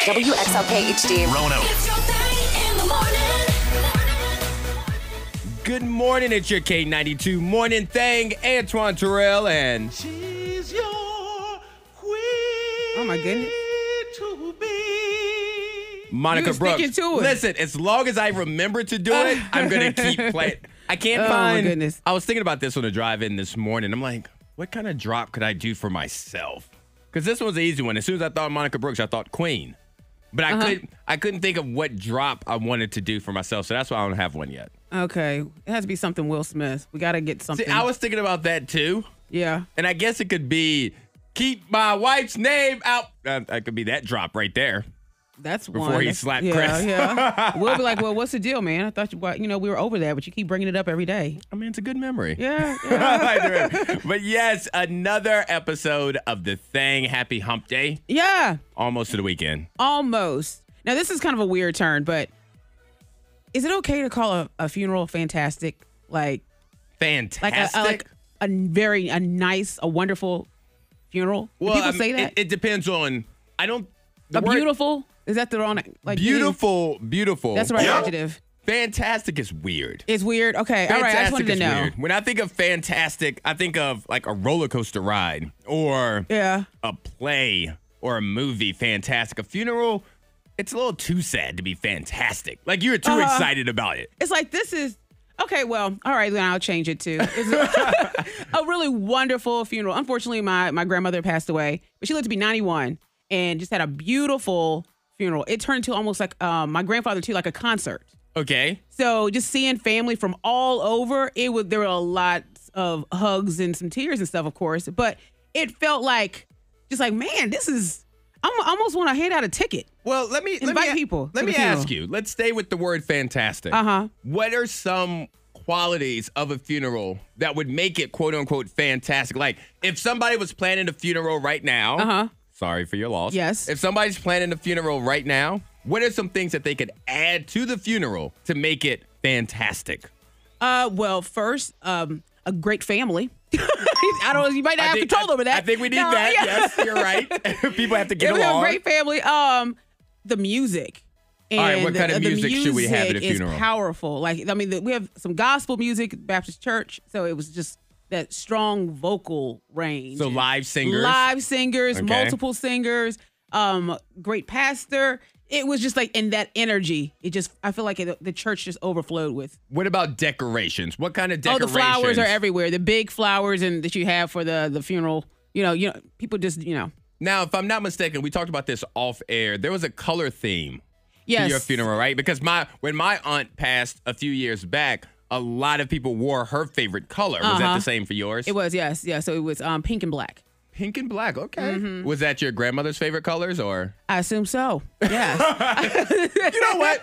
WXLK HD. Rono. It's your thing in the morning. Good morning. It's your K92 morning thing. Antoine Terrell and She's your queen. Oh, my goodness. To be. Monica You were Brooks. sticking to it. Listen, as long as I remember to do it, I'm going to keep playing. I can't Oh, my find. goodness. I was thinking about this on the drive in this morning. I'm like, what kind of drop could I do for myself? Because this one's an easy one. As soon as I thought Monica Brooks, I thought Queen. But Uh-huh. I couldn't. I couldn't think of what drop I wanted to do for myself, so that's why I don't have one yet. Okay, it has to be something Will Smith. We gotta get See, something. I was thinking about that too. yeah. And I guess it could be keep my wife's name out. Uh, that could be that drop right there. That's Before one. he That's- slapped yeah, Chris. Yeah, We'll be like, well, what's the deal, man? I thought you, wa- you know, we were over that, but you keep bringing it up every day. I mean, it's a good memory. Yeah. I yeah. like the memory. but yes, another episode of The Thing. Happy Hump Day. yeah. Almost to the weekend. Almost. Now this is kind of a weird turn, but is it okay to call a, a funeral fantastic? Like, like a, Fantastic. a uh, like a very a nice, a wonderful funeral. Do people um, say that. It, it depends on, I don't. the a word- beautiful. Is that the wrong? Like Beautiful, beautiful. That's the right adjective. Fantastic is weird. It's weird. Okay. All right. I just Fantastic wanted to is know. weird. When I think of fantastic, I think of like a roller coaster ride or Yeah. a play or a movie fantastic. A funeral, it's a little too sad to be fantastic. Like you're too Uh-huh. excited about it. It's like this is okay. Well, all right. Then I'll change it to it's a, a really wonderful funeral. Unfortunately, my my grandmother passed away, but she lived to be 91 and just had a beautiful funeral. It turned to almost like um, my grandfather too, like a concert. Okay. So just seeing family from all over, it was there were a lot of hugs and some tears and stuff, of course, but it felt like just like man, this is. I'm, I almost want to hand out a ticket. Well, let me let Invite me, people Let to me the funeral. ask you. Let's stay with the word fantastic. Uh-huh. What are some qualities of a funeral that would make it quote unquote fantastic? Like if somebody was planning a funeral right now. Uh-huh. Sorry for your loss. Yes. If somebody's planning a funeral right now, what are some things that they could add to the funeral to make it fantastic? Uh, well, first, um, a great family. I don't. know. You might not have control I- over that. I think we need No, that. yeah. Yes, you're right. people have to Yeah, get we have a along. great family. Um, the music. And right, what kind of the, music should we have at a music is funeral? powerful. Like I mean, the, we have some gospel music, Baptist church, so it was just that strong vocal range. So And live singers. live singers, Okay. multiple singers, um, great pastor. It was just like in that energy. It just I feel like it, the church just overflowed with What about decorations? What kind of Oh, decorations? the flowers are everywhere. The big flowers and that you have for the the funeral. You know, you know, people just you know. Now, if I'm not mistaken, we talked about this off air. There was a color theme Yes. to your funeral, right? Because my when my aunt passed a few years back, a lot of people wore her favorite color. Was that Uh-huh. the same for yours? It was yes, yeah. So it was um pink and black. pink and black. Okay. Mm-hmm. Was that your grandmother's favorite colors or? I assume so. Yes. You know what?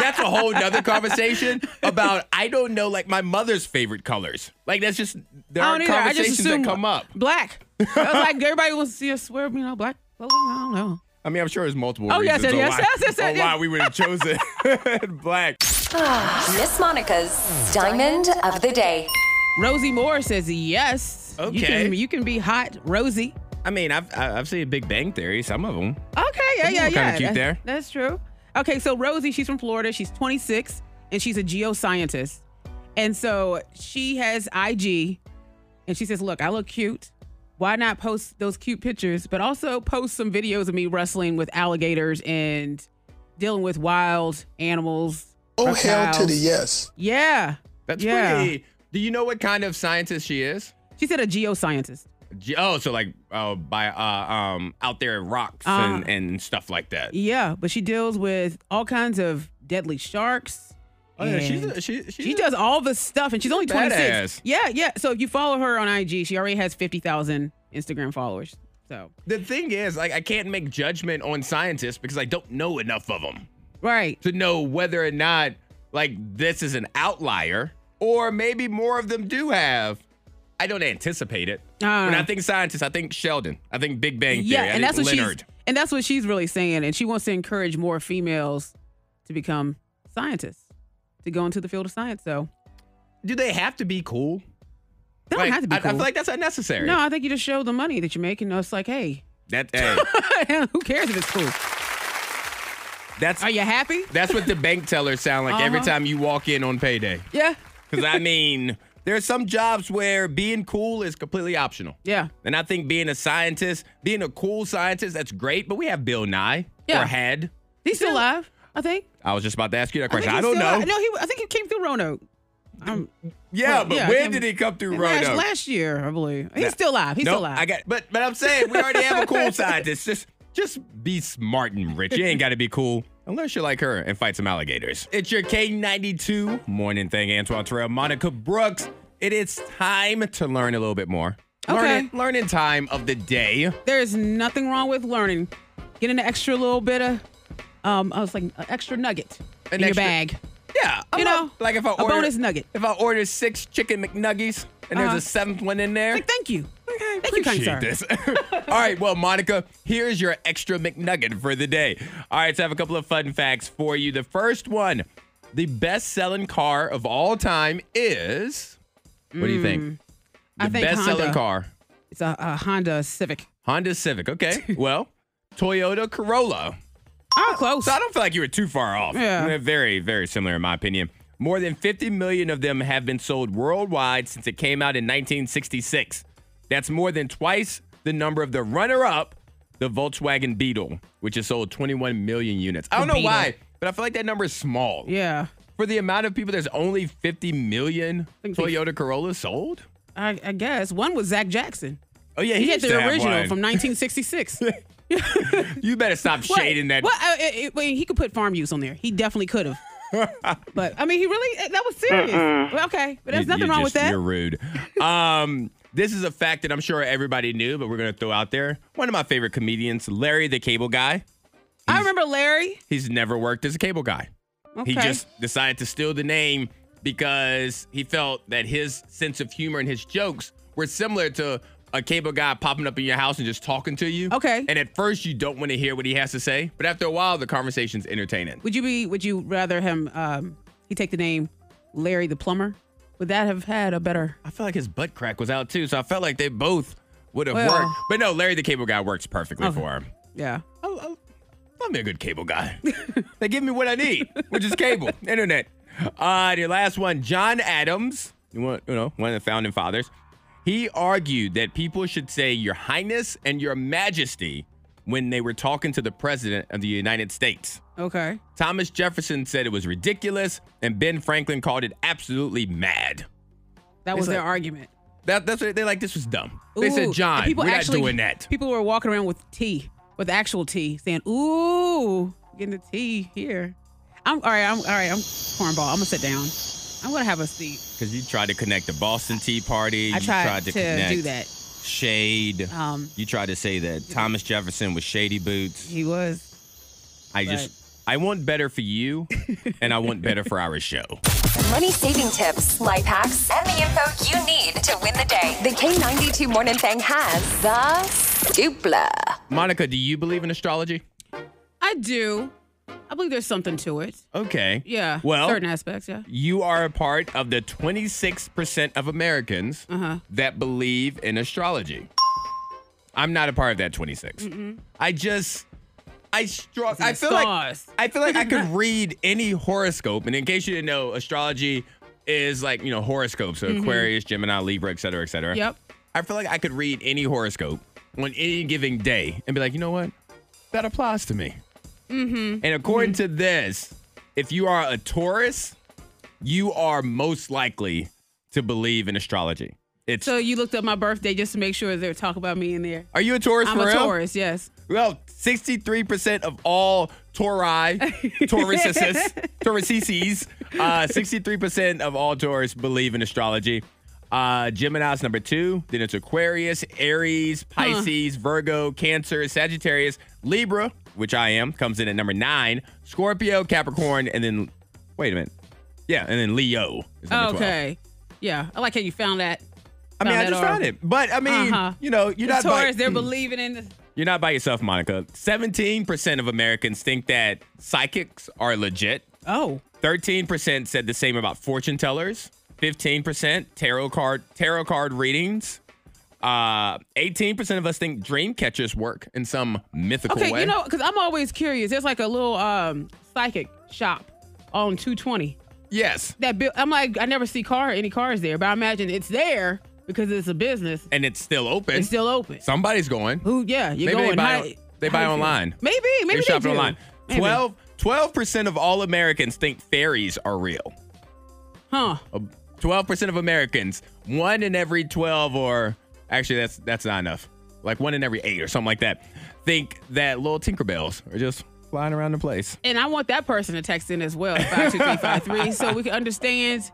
that's a whole nother conversation about I don't know like my mother's favorite colors. Like that's just there I are don't either. I just conversations assume that come up. Black. I was like everybody wants to see us wear you know black clothing. I don't know. I mean, I'm sure there's multiple Oh, yes, reasons on yes, why, yes, yes, on yes. why we would have chosen black. Miss Monica's Diamond of the Day. Rosie Moore says yes. You Okay. can, you can be hot, Rosie. I mean, I've I- I've seen Big Bang Theory, some of them. Okay, yeah, Some yeah, people yeah. kinda cute That- there. That's true. Okay, so Rosie, she's from Florida. She's 26 and she's a geoscientist. And so she has IG and she says, Look, I look cute. Why not post those cute pictures, but also post some videos of me wrestling with alligators and dealing with wild animals? Oh, hell to the reptiles." yes. Yeah. That's yeah. pretty. Do you know what kind of scientist she is? She said a geoscientist. Ge- Oh, so like uh, by uh, um out there in rocks Uh, and, and stuff like that. Yeah, but she deals with all kinds of deadly sharks. Oh, yeah, she's and- a, she, she's She a- does all the stuff, and she's only a 26. badass. Yeah, yeah. So if you follow her on IG, she already has 50,000 Instagram followers. So The thing is, like, I can't make judgment on scientists because I don't know enough of them right, to know whether or not like this is an outlier or maybe more of them do have. I don't anticipate it. Ah. when I think scientists, I think Sheldon. I think Big Bang Theory. yeah, I and think that's what Leonard. she's and that's what she's really saying, and she wants to encourage more females to become scientists to go into the field of science. So Do they have to be cool? that Like, don't have to be I- cool. I, feel like that's unnecessary. no, I think you just show the money that you make, and it's like, hey, That hey. who cares if it's cool? That's Are you happy? that's what the bank tellers sound like every Uh-huh. time you walk in on payday. Yeah. Because I mean, there are some jobs where being cool is completely optional. Yeah. And I think being a scientist, being a cool scientist, that's great. But we have Bill Nye Yeah. or had. He's still alive, I think. I was just about to ask you that question. think I, he's don't still know. alive. No, he. I think he came through Roanoke. Um, Yeah, Well, but yeah, I when can't- did he come through Roanoke? last, last year, I believe. He's Nah. still alive. He's no, still alive. I got, but but I'm saying we already have a cool scientist. Just just be smart and rich. You ain't got to be cool unless you're like her and fight some alligators. It's your K92 morning thing, Antoine Terrell, Monica Brooks. It is time to learn a little bit more. Learn Okay. in- learn in time of the day. There's nothing wrong with learning. Getting an extra little bit of, um, I was like, an extra nugget in your extra- bag. Yeah, You I'm a- know, like if I a order bonus nugget. If I order six chicken McNuggies and there's Uh-huh. a seventh one in there, Like, thank you. Okay, Thank you, kind sir. appreciate this. All right, well, Monica, here's your extra McNugget for the day. All right, so I have a couple of fun facts for you. The first one, the best-selling car of all time is. What do you think? The Mm, I think best-selling Honda. car, It's a, a Honda Civic. Honda Civic. Okay, well, Toyota Corolla. Ah, Oh, close. So I don't feel like you were too far off. Yeah. They're Very, very similar in my opinion. More than 50 million of them have been sold worldwide since it came out in 1966. That's more than twice the number of the runner up, the Volkswagen Beetle, which has sold 21 million units. I don't know Beetle. why, but I feel like that number is small. yeah. For the amount of people, there's only 50 million think they- Toyota Corolla sold? I, I guess. One was Zach Jackson. Oh, yeah, he, He had used to the have original one. from 1966. You better stop shading that. Well, uh, it- it- wait, he could put farm use on there. He definitely could have. but I mean, he really that was serious. Well, Okay, but there's You- nothing you're wrong just- with that. You're rude. Um, this is a fact that I'm sure everybody knew, but we're gonna throw out there. One of my favorite comedians, Larry the Cable Guy. I remember Larry. He's never worked as a cable guy. Okay. He just decided to steal the name because he felt that his sense of humor and his jokes were similar to a cable guy popping up in your house and just talking to you. Okay. And at first, you don't want to hear what he has to say, but after a while, the conversation's entertaining. Would you be? Would you rather him? Um, he take the name Larry the plumber. Would that have had a better? I feel like his butt crack was out too, so I felt like they both would have Well- worked. But no, Larry the Cable Guy works perfectly Okay. for him. Yeah. I'll, I'll, I'm a good cable guy. they give me what I need, which is cable, internet. Uh, your last one, John Adams, you want- you know, one of the founding fathers. He argued that people should say Your Highness and Your Majesty when they were talking to the President of the United States. Okay. Thomas Jefferson said it was ridiculous, and Ben Franklin called it absolutely mad. That was It's their like- argument. That, that's what they like. This was dumb. Ooh, They said, and John, we're not doing that. People were walking around with tea, with actual tea, saying, "Ooh, getting the tea here." I'm all right. I'm all right. I'm cornball. I'm gonna sit down. I'm gonna have a seat. Because you tried to connect the Boston Tea Party. I you tried, tried to, to, connect do that. shade. Um, you tried to say that Thomas Jefferson was shady boots. He was. I just, I want better for you, and I want better for our show. Money saving tips, life hacks, and the info you need to win the day. The K92 Morning Thing has the dupla. Monica, do you believe in astrology? I do. I believe there's something to it. Okay. Yeah. Well, certain aspects. Yeah. you are a part of the 26% of Americans Uh-huh. that believe in astrology. I'm not a part of that 26. I just I struggle. I the feel stars. like I feel like I could read any horoscope. And in case you didn't know, astrology is like you know horoscopes, so Aquarius, Gemini, Libra, et cetera, et cetera. Mm-hmm. Yep. I feel like I could read any horoscope on any given day and be like, you know what, that applies to me. Mm-hmm. And according to this, if you are a Taurus, you are most likely to believe in astrology. It's So you looked up my birthday just to make sure they were talking about me in there. are you a Taurus I'm for a real? Taurus. Yes. Well, 63% of all Tauri, Tauruses, Tauruses, uh, 63% of all Taurus believe in astrology. Uh, Gemini's number two. Then it's Aquarius, Aries, Pisces, Virgo, Cancer, Sagittarius, Libra, which I am, comes in at number nine. Scorpio, Capricorn, and then, wait a minute. Yeah, and then Leo is number 12. okay. Yeah. I like how you found that. I mean, Found I that just or- found it. But, I mean, Uh-huh. you know, you're The not Taurus, like- mm. they're believing in the You're not by yourself, Monica. 17% of Americans think that psychics are legit. Oh. 13% said the same about fortune tellers. 15% tarot card tarot card readings. Uh, 18% of us think dream catchers work in some mythical Okay, way. you know, because I'm always curious. There's like a little um psychic shop on 220. yes. That bill, I'm like, I never see car any cars there, but I imagine it's there because it's a business. And it's still open. It's still open. Somebody's going. Who? Yeah, you're Maybe going. they buy, How- they how buy you feel? online. Maybe, maybe They're they shopping do. online. Maybe. 12, 12% of all Americans think fairies are real. Huh? Uh, 12% of Americans, one in every 12 or actually that's that's not enough. Like one in every 8 or something like that think that little Tinkerbells are just flying around the place. And I want that person to text in as well, five two three five three, so we can understand.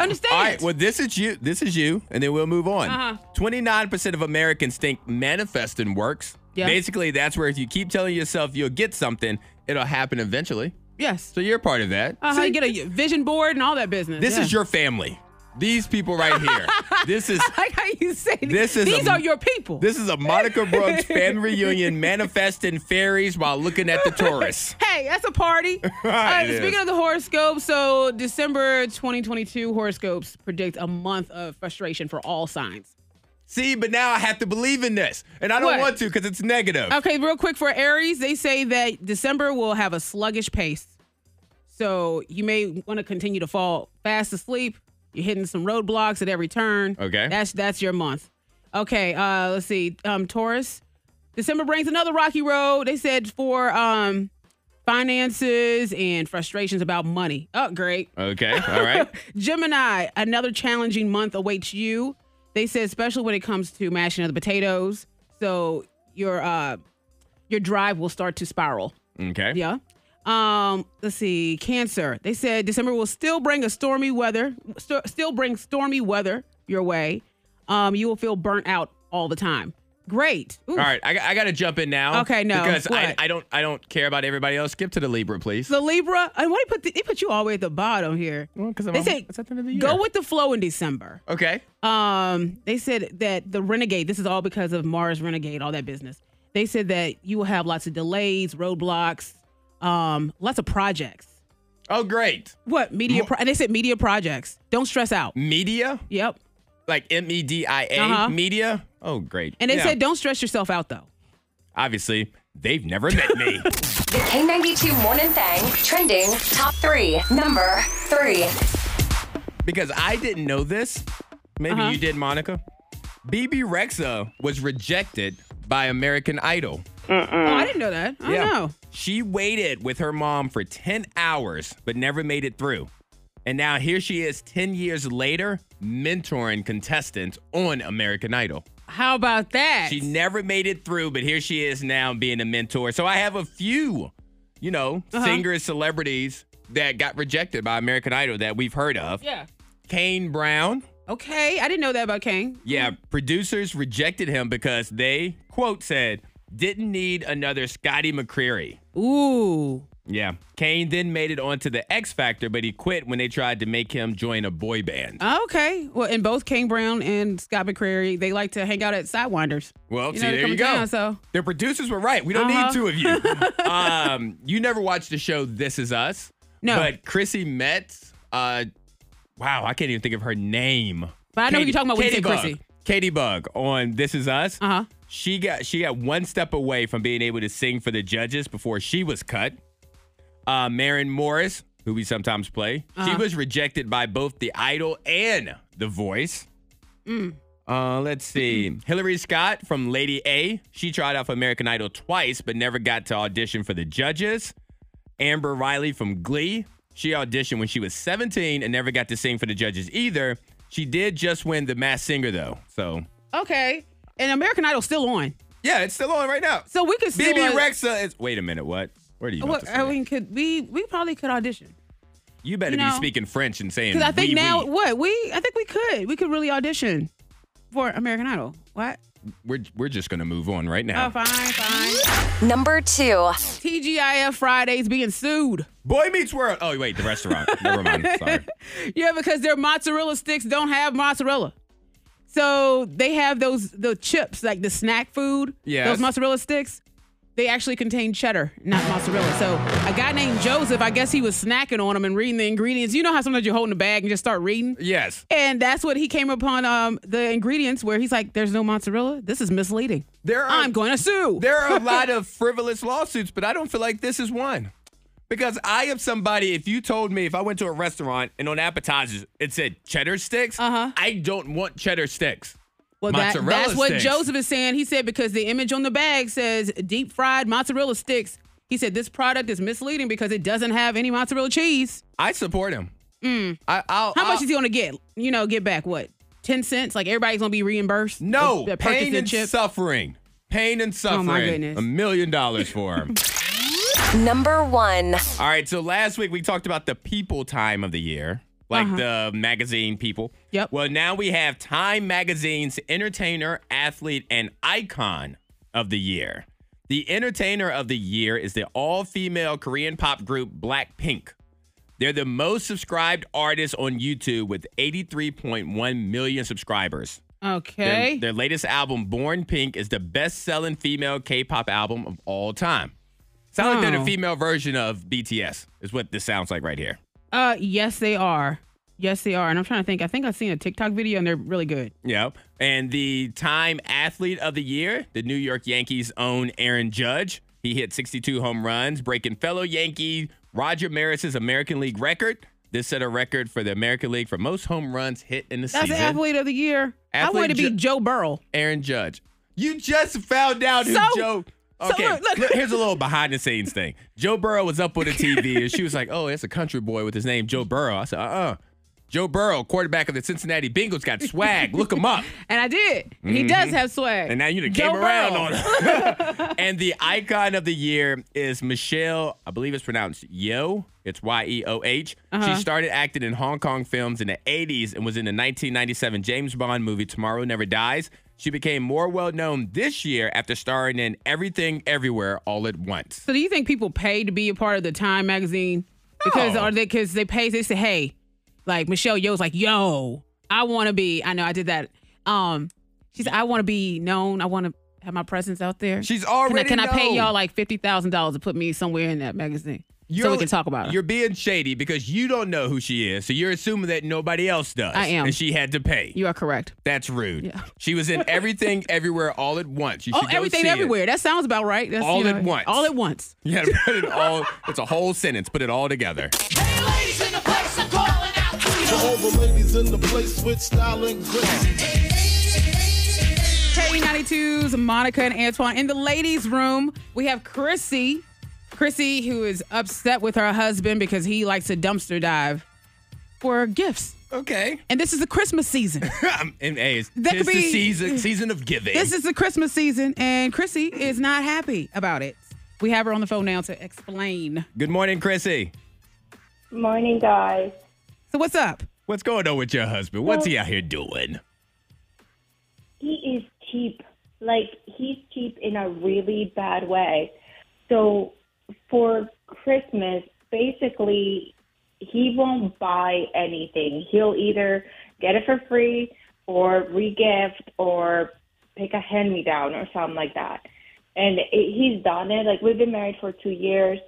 Understand. All right, well this is you. This is you and then we'll move on. Uh-huh. 29% of Americans think manifesting works. Yeah. Basically, that's where if you keep telling yourself you'll get something, it'll happen eventually. yes. So you're part of that. Uh, how See? you get a vision board and all that business. This yeah. is your family. These people right here. this is I like how you say This is these a- are your people. this is a Monica Brooks family reunion manifesting fairies while looking at the tourists. Hey, that's a party. All right, It speaking is. of the horoscope, so December 2022 horoscopes predict a month of frustration for all signs. See, but now I have to believe in this. And I don't What? want to because it's negative. Okay, real quick for Aries, they say that December will have a sluggish pace. So you may want to continue to fall fast asleep. You're hitting some roadblocks at every turn. Okay. That's that's your month. Okay, uh let's see. Um Taurus, December brings another rocky road. They said for um finances and frustrations about money. Oh, great. Okay. All right. Gemini, another challenging month awaits you. They said, especially when it comes to mashing of the potatoes. So your uh your drive will start to spiral. Okay. Yeah. Um, let's see, Cancer. They said December will still bring a stormy weather, st- still bring stormy weather your way. Um, you will feel burnt out all the time. Great. Ooh. All right. I, I got to jump in now. Okay, no. Because I, What? I don't I don't care about everybody else. Skip to the Libra, please. So Libra, and why they put the, they put you all the way at the bottom here? Well, 'cause I'm they almost- say it's at the end of the go year." with the flow in December. okay. Um, they said that the renegade. This is all because of Mars renegade, all that business. They said that you will have lots of delays, roadblocks, um, lots of projects. Oh, great. What media? Pro- and they said media projects. Don't stress out. Media? Yep. Like M E D I A? Uh-huh. Media? Oh, great. And they Yeah. said don't stress yourself out though. Obviously, they've never met me. The K92 Morning Thing trending top three. Number three. because I didn't know this. Maybe Uh-huh. you did, Monica. BB Rexa was rejected by American Idol. Oh, I didn't know that. I don't know. She waited with her mom for 10 hours, but never made it through. And now here she is 10 years later, mentoring contestants on American Idol. How about that? She never made it through, but here she is now being a mentor. So I have a few, you know, Uh-huh. singers, celebrities that got rejected by American Idol that we've heard of. yeah. Kane Brown. Okay, I didn't know that about Kane. Yeah, producers rejected him because they, quote, said, didn't need another Scotty McCreery. Ooh. Yeah. Kane then made it onto the X Factor, but he quit when they tried to make him join a boy band. Okay. Well, and both Kane Brown and Scott McCreary, they like to hang out at Sidewinders. well, you see, know, they're there you coming go. down, so- Their producers were right. We don't Uh-huh. need two of you. um, you never watched the show This Is Us. No. But Chrissy Metz, uh, wow, I can't even think of her name. But I know who you're talking about when you Katie say Bug. Chrissy. Katie Bug on This Is Us. Uh-huh. She got she got one step away from being able to sing for the judges before she was cut. Uh, Marin Morris, who we sometimes play, Uh-huh. she was rejected by both the Idol and the Voice. Mm. Uh, let's see. Hillary Scott from Lady A. She tried out for American Idol twice, but never got to audition for the judges. Amber Riley from Glee. She auditioned when she was 17 and never got to sing for the judges either. She did just win the Mass Singer though, so Okay. And American Idol's still on. yeah, it's still on right now. So we could still BB uh, Rexa is. Wait a minute, what? Where do you? about What, to I say? mean, could we we probably could audition you better you be know, speaking French and saying. because I think oui, now oui. what we I think we could we could really audition for American Idol. What? we're we're just gonna move on right now. Oh, fine, fine. Number two. TGIF Fridays being sued. Boy Meets World. Oh wait, the restaurant. Never mind. Sorry. Yeah, because their mozzarella sticks don't have mozzarella. So they have those the chips, like the snack food. Yes. Those mozzarella sticks. they actually contain cheddar, not mozzarella. So a guy named Joseph, I guess he was snacking on them and reading the ingredients. You know how sometimes you're holding a bag and just start reading? Yes. And that's what he came upon um, the ingredients where he's like, there's no mozzarella. This is misleading. There are- I'm going to sue. There are a lot of frivolous lawsuits, but I don't feel like this is one. Because I am somebody, if you told me if I went to a restaurant and on appetizers it said cheddar sticks, Uh-huh. I don't want cheddar sticks. well, that, mozzarella that's what sticks. Joseph is saying. He said, because the image on the bag says deep fried mozzarella sticks. He said, this product is misleading because it doesn't have any mozzarella cheese. I support him. I, I'll, Mm. How I'll- much is he going to get? You know, get back what? 10 cents? Like everybody's going to be reimbursed? No, The- the purchase pain of and chips? suffering. Pain and suffering. Oh my goodness. A million dollars for him. Number one. All right, so last week we talked about the people time of the year, like the magazine people. Yep. Well, now we have Time Magazine's entertainer, athlete, and icon of the year. The entertainer of the year is the all female Korean pop group Blackpink. They're the most subscribed artist on YouTube with 83.1 million subscribers. Their- Okay. Their, latest album, Born Pink, is the best selling female K pop album of all time. Sounds like they're Oh. the female version of BTS, is what this sounds like right here. Uh, yes, they are. Yes, they are. And I'm trying to think. I think I've seen a TikTok video, and they're really good. Yep. And the Time Athlete of the Year, the New York Yankees' own Aaron Judge. He hit 62 home runs, breaking fellow Yankee Roger Maris's American League record. This set a record for the American League for most home runs hit in the That's season. the athlete of the year. I Athlete wanted to be Ju- Joe Burrow. Aaron Judge. You just found out who So- Joe. so Okay, look, look. look, here's a little behind the scenes thing. Joe Burrow was up on the TV and she was like, oh, it's a country boy with his name, Joe Burrow. I said, uh uh Joe Burrow, quarterback of the Cincinnati Bengals, got swag. Look him up. And I did. And He does have swag. Mm-hmm. And now you done Joe came around Burrow. on her. and the icon of the year is Michelle, I believe it's pronounced Yo. It's Y E O H. Uh-huh. She started acting in Hong Kong films in the 80s and was in the 1997 James Bond movie Tomorrow Never Dies. She became more well known this year after starring in Everything Everywhere All at Once. So do you think people pay to be a part of the Time magazine? Because No. are they? Because they pay. They say, hey, like Michelle Yeoh's like, yo, I want to be. I know I did that. Um, she said, I want to be known. I want to have my presence out there. She's Can I, already can I pay known. y'all like fifty thousand dollars to put me somewhere in that magazine so we You're- can talk about it? You're being shady because you don't know who she is. So you're assuming that nobody else does. I am. And she had to pay. You are correct. That's rude. She was in everything, everywhere, all at once. You Oh, should go everything see it. everywhere. That sounds about right. That's, All at once. All at once. You gotta put it all. It's a whole sentence. Put it all together. Hey, ladies in the place, I'm calling out to To you. all the ladies in the place with style and grace. K92's Monica and Antoine. In the ladies' room, we have Chrissy. Chrissy, who is upset with her husband because he likes to dumpster dive for gifts. Okay. And this is the Christmas season. Um, and hey, it's That tis could be- the season season of giving. this is the Christmas season, and Chrissy is not happy about it. We have her on the phone now to explain. Good morning, Chrissy. Morning, guys. So, what's up? What's going on with your husband? What's he out here doing? He is cheap. Like, he's cheap in a really bad way. So, for Christmas, basically, he won't buy anything. He'll either get it for free or regift or pick a hand me down or something like that. And it, he's done it. Like, we've been married for two years.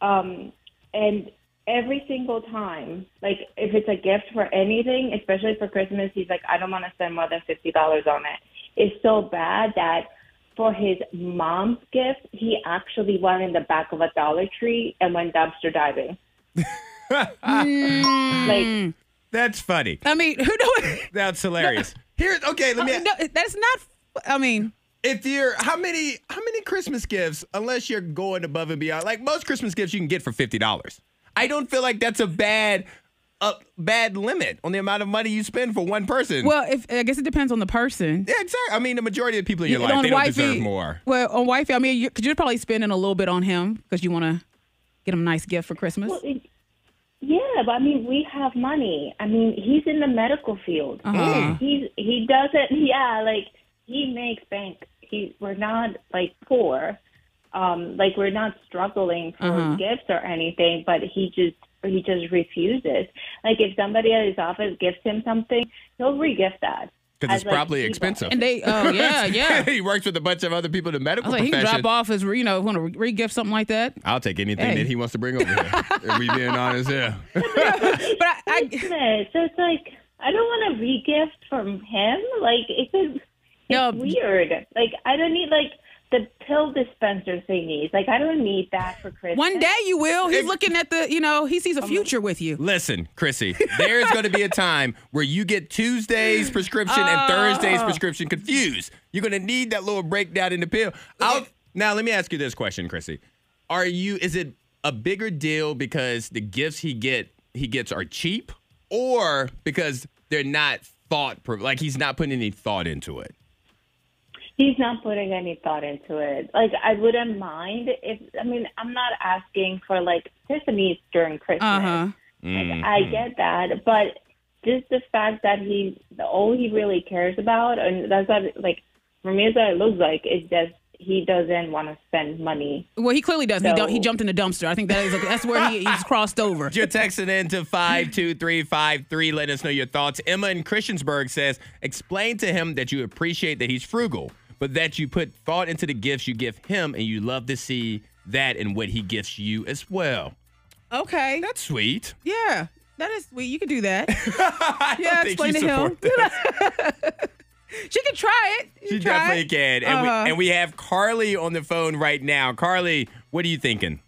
Um, and every single time, like if it's a gift for anything, especially for Christmas, he's like, I don't want to spend more than fifty dollars on it. It's so bad that for his mom's gift, he actually went in the back of a Dollar Tree and went dumpster diving. like That's funny. I mean, who knows? That's hilarious. Here, okay. Let me. Uh, No, that's not, I mean, If you're how many how many Christmas gifts? Unless you're going above and beyond, like most Christmas gifts, you can get for fifty dollars. I don't feel like that's a bad a bad limit on the amount of money you spend for one person. well, if I guess it depends on the person. yeah, exactly. I mean, the majority of people in your on life they don't wifey- deserve more. Well, on wifey, I mean, because you, are probably spending a little bit on him because you want to get him a nice gift for Christmas. well, it, yeah, but I mean, we have money. I mean, he's in the medical field. Uh-huh. He's he doesn't. Yeah, like he makes bank. He we're not like poor. Um, like we're not struggling for gifts or anything, but he just he just refuses. Like if somebody at his office gives him something, he'll regift that. because it's as, like, probably people. expensive. And they, oh, yeah, yeah. he works with a bunch of other people in the I medical was like, he can profession. drop off his, you know, want to re gift something like that. I'll take anything Hey. that he wants to bring over here. if we being honest, yeah. But I, I Christmas. So it's like I don't want a regift from him. Like it's a, it's No. weird. Like I don't need like the pill dispenser thingies. Like I don't need that for Christmas. one day you will. He's It- looking at the, you know, he sees a future with you. Listen, Chrissy, there's going to be a time where you get Tuesday's prescription and Uh. Thursday's prescription confused. You're going to need that little breakdown in the pill. I'll, now, let me ask you this question, Chrissy: Are you? Is it a bigger deal because the gifts he get he gets are cheap, or because they're not thought pro- like he's not putting any thought into it? He's not putting any thought into it. Like I wouldn't mind if I mean I'm not asking for like Tiffany's during Christmas. Uh Uh-huh. huh. Like, I get that, but just the fact that he all he really cares about, and that's what like for me, that's what it looks like. Is just he doesn't want to spend money. Well, he clearly doesn't. He, No. don't, he jumped in the dumpster. I think that is that's where he, he's crossed over. You're texting in to 52353. Let us know your thoughts. Emma in Christiansburg says, explain to him that you appreciate that he's frugal, but that you put thought into the gifts you give him and you love to see that and what he gifts you as well. Okay. That's sweet. Yeah. That is sweet. You could do that. I don't Yeah, think explain you to him. support that. She could try it. She could try definitely it. can. And, Uh-huh. we, and we have Carly on the phone right now. Carly, what are you thinking?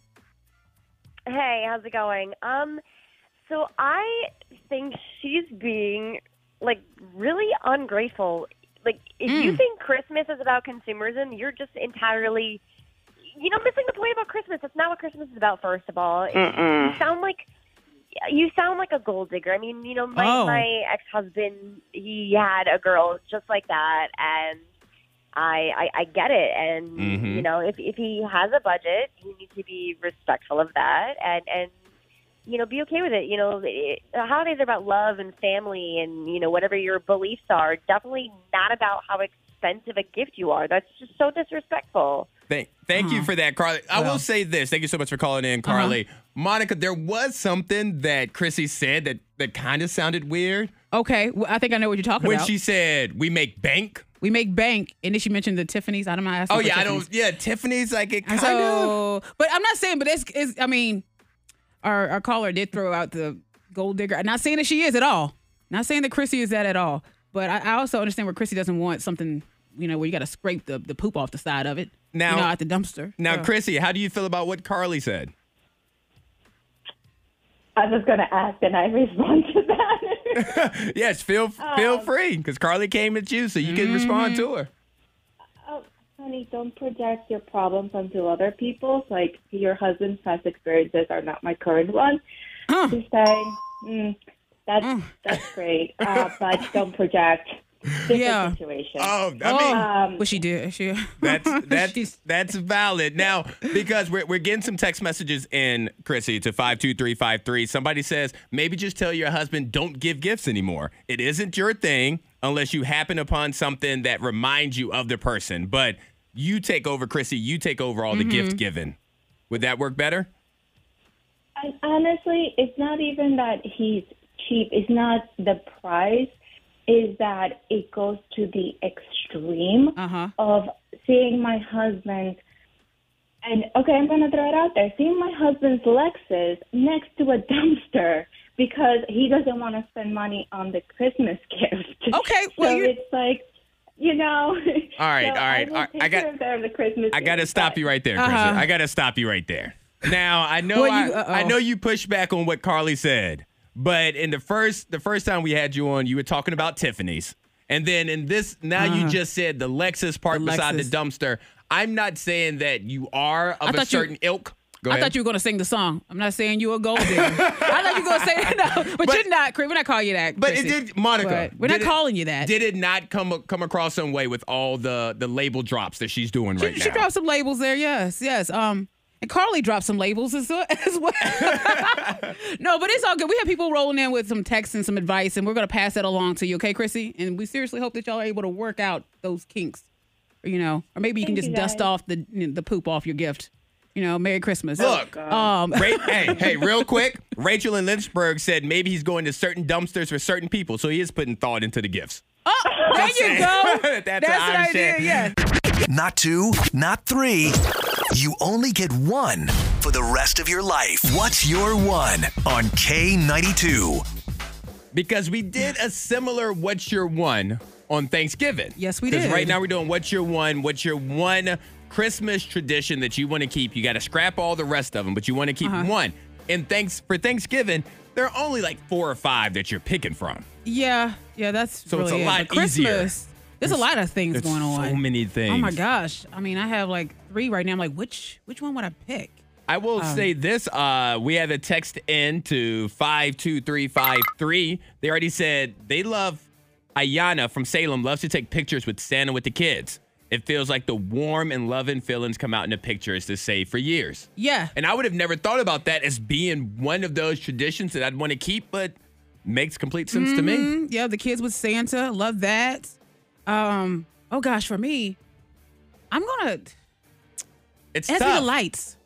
Hey, how's it going? Um, so I think she's being like really ungrateful. Like, if you think Christmas is about consumerism, you're just entirely, you know, missing the point about Christmas. That's not what Christmas is about. First of all, you sound like you sound like a gold digger. I mean, you know, my Oh. my ex husband, he had a girl just like that, and I, I I get it, and Mhm. you know, if if he has a budget, he needs to be respectful of that, and and you know, be okay with it. You know, it, the holidays are about love and family, and you know, whatever your beliefs are, definitely not about how expensive a gift you are. That's just so disrespectful. Thank, thank Hmm. you for that, Carly. I will say this. Thank you so much for calling in, Uh-huh. Carly. Monica, there was something that Chrissy said that, that kind of sounded weird Okay, well, I think I know what you're talking when about. she said we make bank. we make bank, and then she mentioned the Tiffany's. I don't know. Oh yeah, I don't. Yeah, Tiffany's like it kind of. So, but I'm not saying, but it's, it's I mean, our, our caller did throw out the gold digger. I'm not saying that she is at all. Not saying that Chrissy is that at all. But I, I also understand where Chrissy doesn't want something, you know, where you got to scrape the, the poop off the side of it. Now- you know, at the dumpster. Now, So- Chrissy, how do you feel about what Carly said? I was gonna ask, and I respond to that. Yes, feel feel free because Carly came at you, so you can respond to her. oh, honey, don't project your problems onto other people's. Like your husband's past experiences are not my current one. Just saying, mm, that's that's great, uh, but don't project. Different Yeah. situation. Oh, I Um, What she did? She that's that's She's- that's valid. Now, because we're we're getting some text messages in Chrissy to five two three five three. Somebody says maybe just tell your husband don't give gifts anymore. It isn't your thing unless you happen upon something that reminds you of the person. But you take over, Chrissy. You take over all the gift giving. Would that work better? And honestly, it's not even that he's cheap. It's not the price. Is that it goes to the extreme Uh-huh. of seeing my husband. And okay, I'm gonna throw it out there. Seeing my husband's Lexus next to a dumpster because he doesn't want to spend money on the Christmas gift. Okay, so well, you're- it's like, you All know. right, so all right, I, will all right. take I got- care of the- of the Christmas. I gotta gift, stop but- you right there, Chrissy. Uh-huh. I gotta stop you right there. Now I know Well, I, you- uh-oh. I know you pushed back on what Carly said, but in the first the first time we had you on, you were talking about Tiffany's, and then in this now you just said the Lexus parked Uh-huh. The beside the Lexus. dumpster. I'm not saying that you are I of a thought you- certain ilk. Go I ahead. thought you were gonna sing the song. I'm not saying you a gold digger. I thought you were gonna say that, no, but, But- you're not. Chris. We're not calling you that. But it Chrissy. did, Monica. But we're not did it- calling you that. Did it not come come across some way with all the the label drops that she's doing she, right she now? dropped some labels there. Yes, yes. Um, and Carly dropped some labels as, as well. no, but it's all good. We have people rolling in with some texts and some advice, and we're gonna pass that along to you, okay, Chrissy? And we seriously hope that y'all are able to work out those kinks, you know, or maybe you can Thank just you, dust guys. off the the poop off your gift you know, Merry Christmas. Look. Oh, um, Ra- hey, hey, real quick. Rachel in Lynchburg said maybe he's going to certain dumpsters for certain people, so he is putting thought into the gifts. oh, there you go. That's That's an an Irish idea. saying. Yeah. Not two, not three. You only get one for the rest of your life. What's your one on K92? Because we did a similar What's Your One on Thanksgiving. Yes, we 'Cause did. right now we're doing What's Your One, What's Your One Christmas tradition that you want to keep. You got to scrap all the rest of them, but you want to keep Uh-huh. one. And thanks for Thanksgiving, there are only like four or five that you're picking from. Yeah. Yeah, that's So it's really a it. lot But Christmas. easier. There's a lot of things There's going on. so many things. Oh my gosh. I mean, I have like three right now. I'm like, which which one would I pick? I will Um, say this. Uh, we have a text in to 52353. They already said they love Ayana from Salem, loves to take pictures with Santa with the kids. It feels like the warm and loving feelings come out in the pictures to say for years. Yeah. And I would have never thought about that as being one of those traditions that I'd want to keep, but makes complete sense to me. Mm-hmm. Yeah, the kids with Santa. Love that. Um, oh gosh, for me, I'm gonna it It's has to be tough. the lights.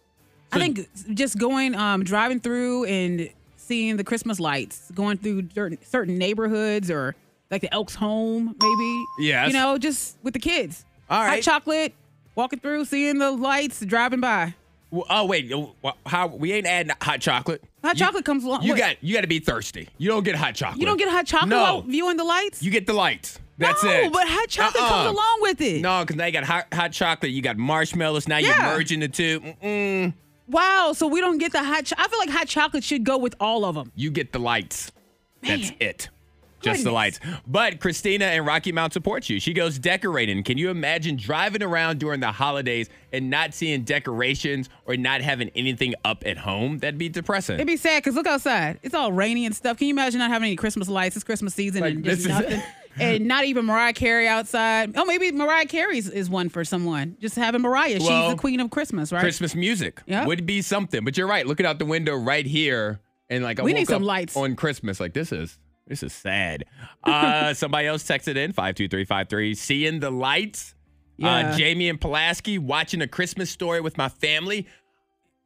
I So- think just going um driving through and seeing the Christmas lights, going through certain, certain neighborhoods or like the Elks home, maybe. Yes. You know, just with the kids. All Hot right. chocolate, walking through, seeing the lights, driving by. Well, oh wait, oh, wha- how we ain't adding hot chocolate. Hot chocolate comes along- You wait. got you got to be thirsty. You don't get hot chocolate. You don't get hot chocolate No, while viewing the lights? you get the lights. That's no, it. but hot chocolate Uh-uh. comes along with it. No, because now you got hot, hot chocolate, you got marshmallows. Now Yeah. you're merging the two. Mm-mm. Wow, so we don't get the hot cho- I feel like hot chocolate should go with all of them. You get the lights. That's it. Just the lights. Goodness. But Christina and Rocky Mount supports you. She goes decorating. Can you imagine driving around during the holidays and not seeing decorations or not having anything up at home? That'd be depressing. It'd be sad because look outside. It's all rainy and stuff. Can you imagine not having any Christmas lights? It's Christmas season Like, and this is- just nothing. and not even Mariah Carey outside. Oh, maybe Mariah Carey's is one for someone. Just having Mariah. Well, She's the queen of Christmas, right? Christmas music Yeah. would be something. But you're right. Looking out the window right here, and like I We woke need some up lights. on Christmas. Like this is this is sad. Uh, somebody else texted in five two three five three. Seeing the lights. Uh, Yeah. Jamie and Pulaski watching a Christmas story with my family.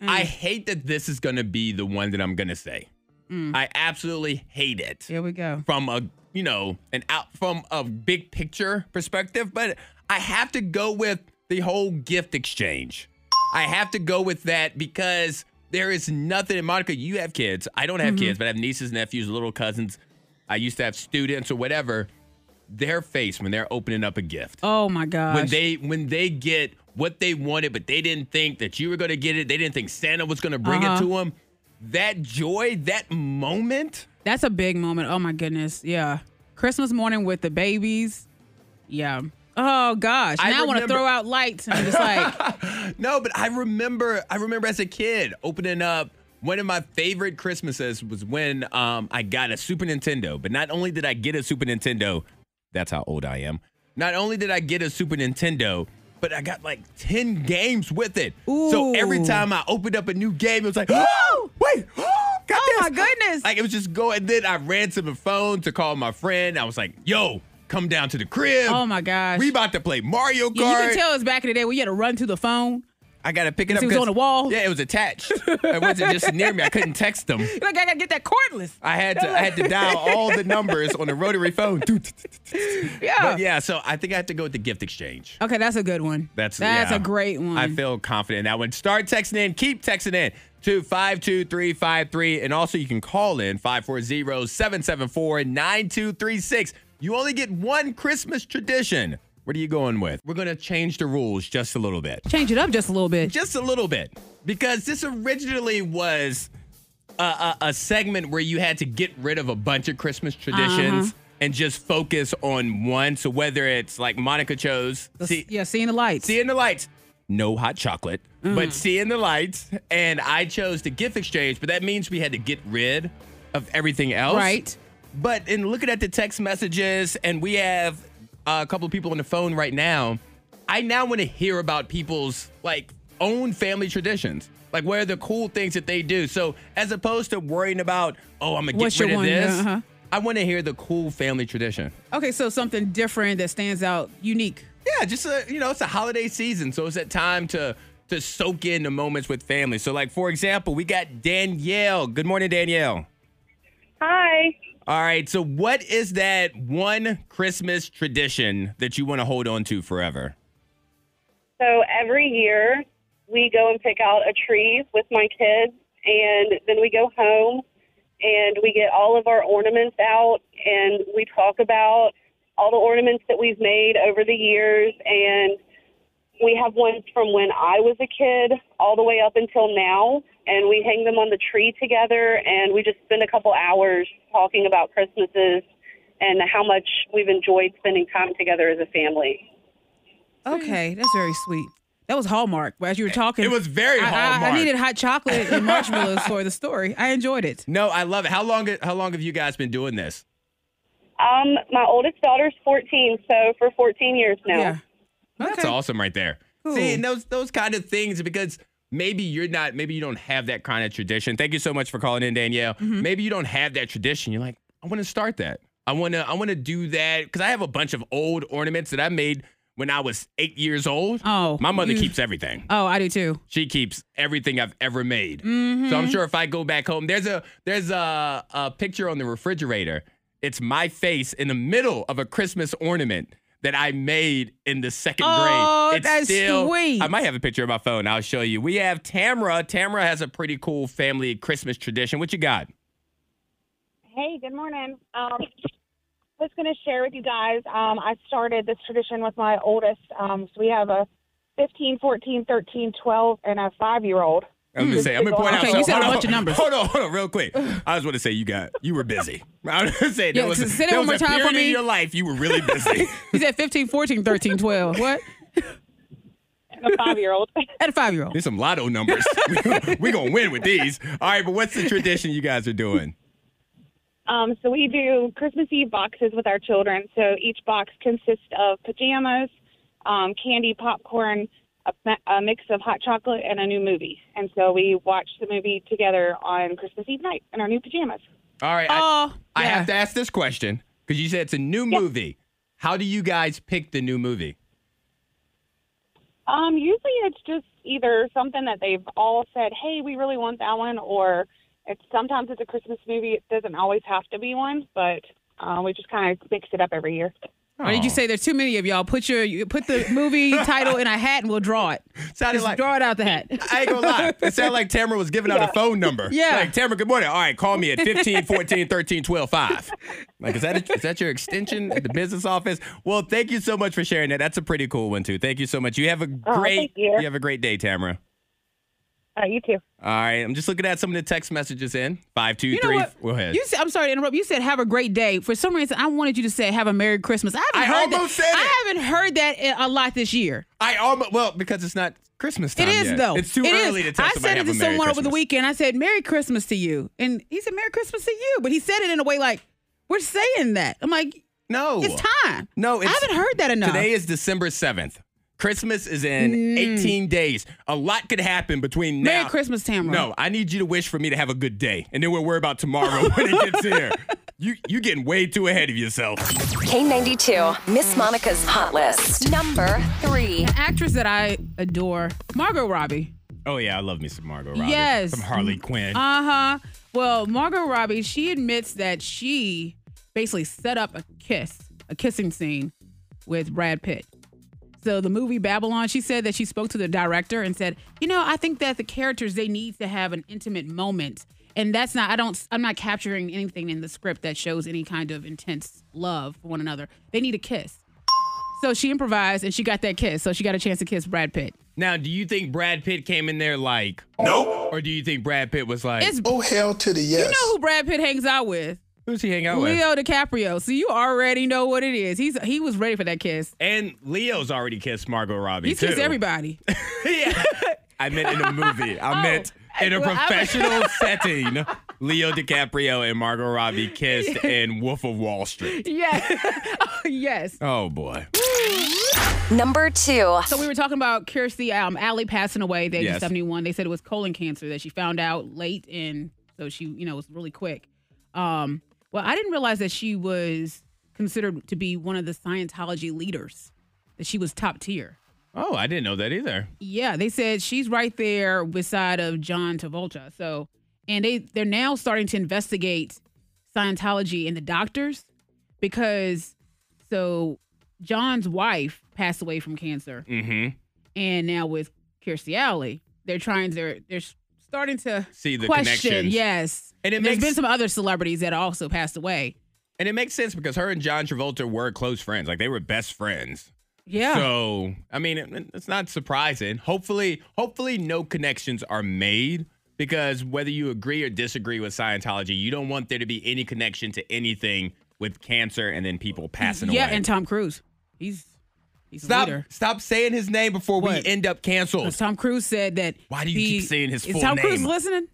Mm. I hate that this is going to be the one that I'm going to say. Mm. I absolutely hate it Here we go. from a you know an out from a big picture perspective but i have to go with the whole gift exchange i have to go with that because there is nothing and monica you have kids i don't Mm-hmm. have kids but i have nieces nephews little cousins i used to have students or whatever their face when they're opening up a gift Oh my gosh. when they when they get what they wanted, but they didn't think that you were going to get it. They didn't think Santa was going to bring it Uh-huh. to them. That joy, that moment, That's a big moment. Oh my goodness. Yeah. Christmas morning with the babies. Yeah. Oh gosh. I now I want to remember- throw out lights. I'm just like, No, but I remember I remember as a kid opening up one of my favorite Christmases was when um, I got a Super Nintendo. But not only did I get a Super Nintendo, that's how old I am. Not only did I get a Super Nintendo, but I got like 10 games with it. So every Ooh. time I opened up a new game, it was like, oh, wait, oh, got Oh, my this." goodness. Like it was just going. Then I ran to my phone to call my friend. I was like, yo, come down to the crib. Oh, my gosh. We about to play Mario Kart. Yeah, you can tell it's back in the day when you had to run to the phone. I gotta pick it up. Because it was 'cause- on the wall. Yeah, it was attached. it wasn't just near me. I couldn't text them. You're like, I gotta get that cordless. I had to. I had to dial all the numbers on the rotary phone. Yeah. But yeah, so I think I have to go with the gift exchange. Okay, that's a good one. That's that's yeah. a great one. I feel confident in that one. Start texting in. Keep texting in to five two three five three, and also you can call in 540-774-9236. You only get one Christmas tradition. What are you going with? We're gonna change the rules just a little bit. change it up just a little bit. just a little bit because this originally was a, a, a segment where you had to get rid of a bunch of Christmas traditions and just focus on one. So whether it's like Monica chose, see, yeah, seeing the lights. seeing the lights, no hot chocolate, Mm. but seeing the lights, and I chose the gift exchange, but that means we had to get rid of everything else, Right. But in looking at the text messages, and we have uh, a couple of people on the phone right now. I now want to hear about people's like own family traditions. Like what are the cool things that they do? So as opposed to worrying about, oh, I'm gonna get What's rid your of one? this, Yeah, uh-huh. I want to hear the cool family tradition. Okay, so something different that stands out, unique. Yeah, just a, you know, it's a holiday season, so it's that time to to soak in the moments with family. So, like for example, we got Danielle. Good morning, Danielle. Hi. All right. So, what is that one Christmas tradition that you want to hold on to forever? So every year we go and pick out a tree with my kids, and then we go home and we get all of our ornaments out and we talk about all the ornaments that we've made over the years. And we have ones from when I was a kid all the way up until now, and we hang them on the tree together and we just spend a couple hours talking about Christmases and how much we've enjoyed spending time together as a family. Okay, that's very sweet. That was Hallmark. As you were talking, It was very I- I- I, Hallmark. needed hot chocolate and marshmallows for the story. I enjoyed it. No, I love it. How long? How long have you guys been doing this? Um, my oldest daughter's 14, so for 14 years now. Yeah. That's awesome, right there. See, and those those kind of things because maybe you're not, maybe you don't have that kind of tradition. Thank you so much for calling in, Danielle. Mm-hmm. Maybe you don't have that tradition. You're like, I want to start that. I want to, I want to do that because I have a bunch of old ornaments that I made when I was eight years old. Oh, my mother you- keeps everything. Oh, I do too. She keeps everything I've ever made. So Mm-hmm. I'm sure if I go back home, there's a there's a, a picture on the refrigerator. It's my face in the middle of a Christmas ornament that I made in the second Oh, grade. It's that's still, sweet. I might have a picture of my phone. I'll show you. We have Tamra. Tamra has a pretty cool family Christmas tradition. What you got? Hey, good morning. Um, I was going to share with you guys. Um, I started this tradition with my oldest. Um, so we have a 15, 14, 13, 12, and a five year old. I'm gonna say I'm gonna point out. Mm. Okay, you said a hold bunch on, of numbers. Hold on, hold on, real quick. I just want to say you got you were busy. I was gonna say there Yeah, was, say that there one was more a time for period in me. your life you were really busy. He's at 15, 14, 13, 12. What? A five year old. At a five year old. There's some lotto numbers. We're going to win with these. All right, but what's the tradition you guys are doing? Um, so we do Christmas Eve boxes with our children. So each box consists of pajamas, um, candy, popcorn, a, ma- a mix of hot chocolate, and a new movie. And so we watch the movie together on Christmas Eve night in our new pajamas. All right. Oh, I, I yeah. have to ask this question because you said it's a new movie. How do you guys pick the new movie? Um, usually it's just either something that they've all said, "Hey, we really want that one," or it's sometimes it's a Christmas movie. It doesn't always have to be one, but uh, we just kind of mix it up every year. Or did you say there's too many of y'all? Put your you put the movie title in a hat and we'll draw it. Sounded Just like. draw it out the hat. I ain't gonna lie. It sounded like Tamara was giving out a phone number. Yeah. Like, Tamara, good morning. All right, call me at 15, 14, 13, 12, 5. Like, is that, a, is that your extension at the business office? Well, thank you so much for sharing that. That's a pretty cool one, too. Thank you so much. You have a Oh, great, thank you. have a great day, Tamara. Uh, you too. All right, I'm just looking at some of the text messages in. Five, two, You know three. what? Go ahead. You said, I'm sorry to interrupt. You said have a great day. For some reason, I wanted you to say have a Merry Christmas. I haven't I heard almost that. said I haven't heard that i- a lot this year. I almost well because it's not Christmas time. It is yet. though. It's too It is. early to tell I somebody said it have to a Merry someone over the Christmas. weekend. I said Merry Christmas to you, and he said Merry Christmas to you. But he said it in a way like we're saying that. I'm like, No, it's time. No, it's, I haven't heard that enough. Mm. Today is December seventh. Christmas is in 18 days. A lot could happen between now. Merry Christmas, Tamara. No, I need you to wish for me to have a good day, and then we'll worry about tomorrow when it gets here. You you getting way too ahead of yourself. K92, Miss Monica's Hot List. Number three. actress that I adore, Margot Robbie. Oh yeah, I love me some Margot Robbie. Yes. some Harley Quinn. Uh huh. Well, Margot Robbie, she admits that she basically set up a kiss, a kissing scene with Brad Pitt. So the movie Babylon, she said that she spoke to the director and said, you know, I think that the characters they need to have an intimate moment, and that's not. I don't. I'm not capturing anything in the script that shows any kind of intense love for one another. They need a kiss. So she improvised and she got that kiss. So she got a chance to kiss Brad Pitt. now, do you think Brad Pitt came in there like Nope. Or do you think Brad Pitt was like, It's Oh, hell to the yes. you know who Brad Pitt hangs out with. who's he hang out with? Leo DiCaprio. So you already know what it is. He's he was ready for that kiss. And Leo's already kissed Margot Robbie. He's too. kissed everybody. yeah. I meant in a movie. I Oh, meant in a well, I- professional setting. Leo DiCaprio and Margot Robbie kissed in Wolf of Wall Street. yes. Oh, yes. Oh boy. Number two. So we were talking about Kirstie um, Alley passing away at the age Yes. of 71. They said it was colon cancer that she found out late and so she, you know, was really quick. Um, well, I didn't realize that she was considered to be one of the Scientology leaders. That she was top tier. Oh, I didn't know that either. Yeah, they said she's right there beside of John Travolta. So, and they they're now starting to investigate Scientology and the doctors because so John's wife passed away from cancer, Mm-hmm. and now with Kirstie Alley, they're trying to they're starting to See the question. connections. Yes, And it there's makes- been some other celebrities that also passed away. And it makes sense because her and John Travolta were close friends. Like they were best friends. Yeah. So I mean, it- it's not surprising. Hopefully, hopefully, no connections are made because whether you agree or disagree with Scientology, you don't want there to be any connection to anything with cancer and then people passing yeah, away. and Tom Cruise, he's he's a stop, leader. stop saying his name before What? we end up canceled. Because Tom Cruise said that. Why do you he- keep saying his is full Tom Cruise name? listening?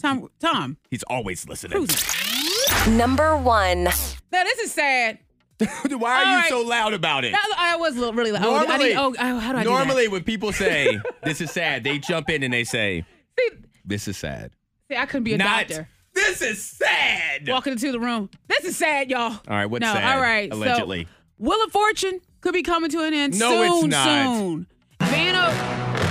Tom, Tom He's always listening. Cruise. Number one. Now this is sad. Why are All you right. so loud about it? That, I was li- really like, oh, I Normally, didn't- oh, oh, how do I normally when people say this is sad, they jump in and they say do that? this is sad. See, see, I couldn't be a Not doctor. this is sad. Walking into the room, this is sad, y'all. All right, what's no, sad, All right, so, allegedly? Wheel of Fortune could be coming to an end No, it's soon. not. Soon, Vanna,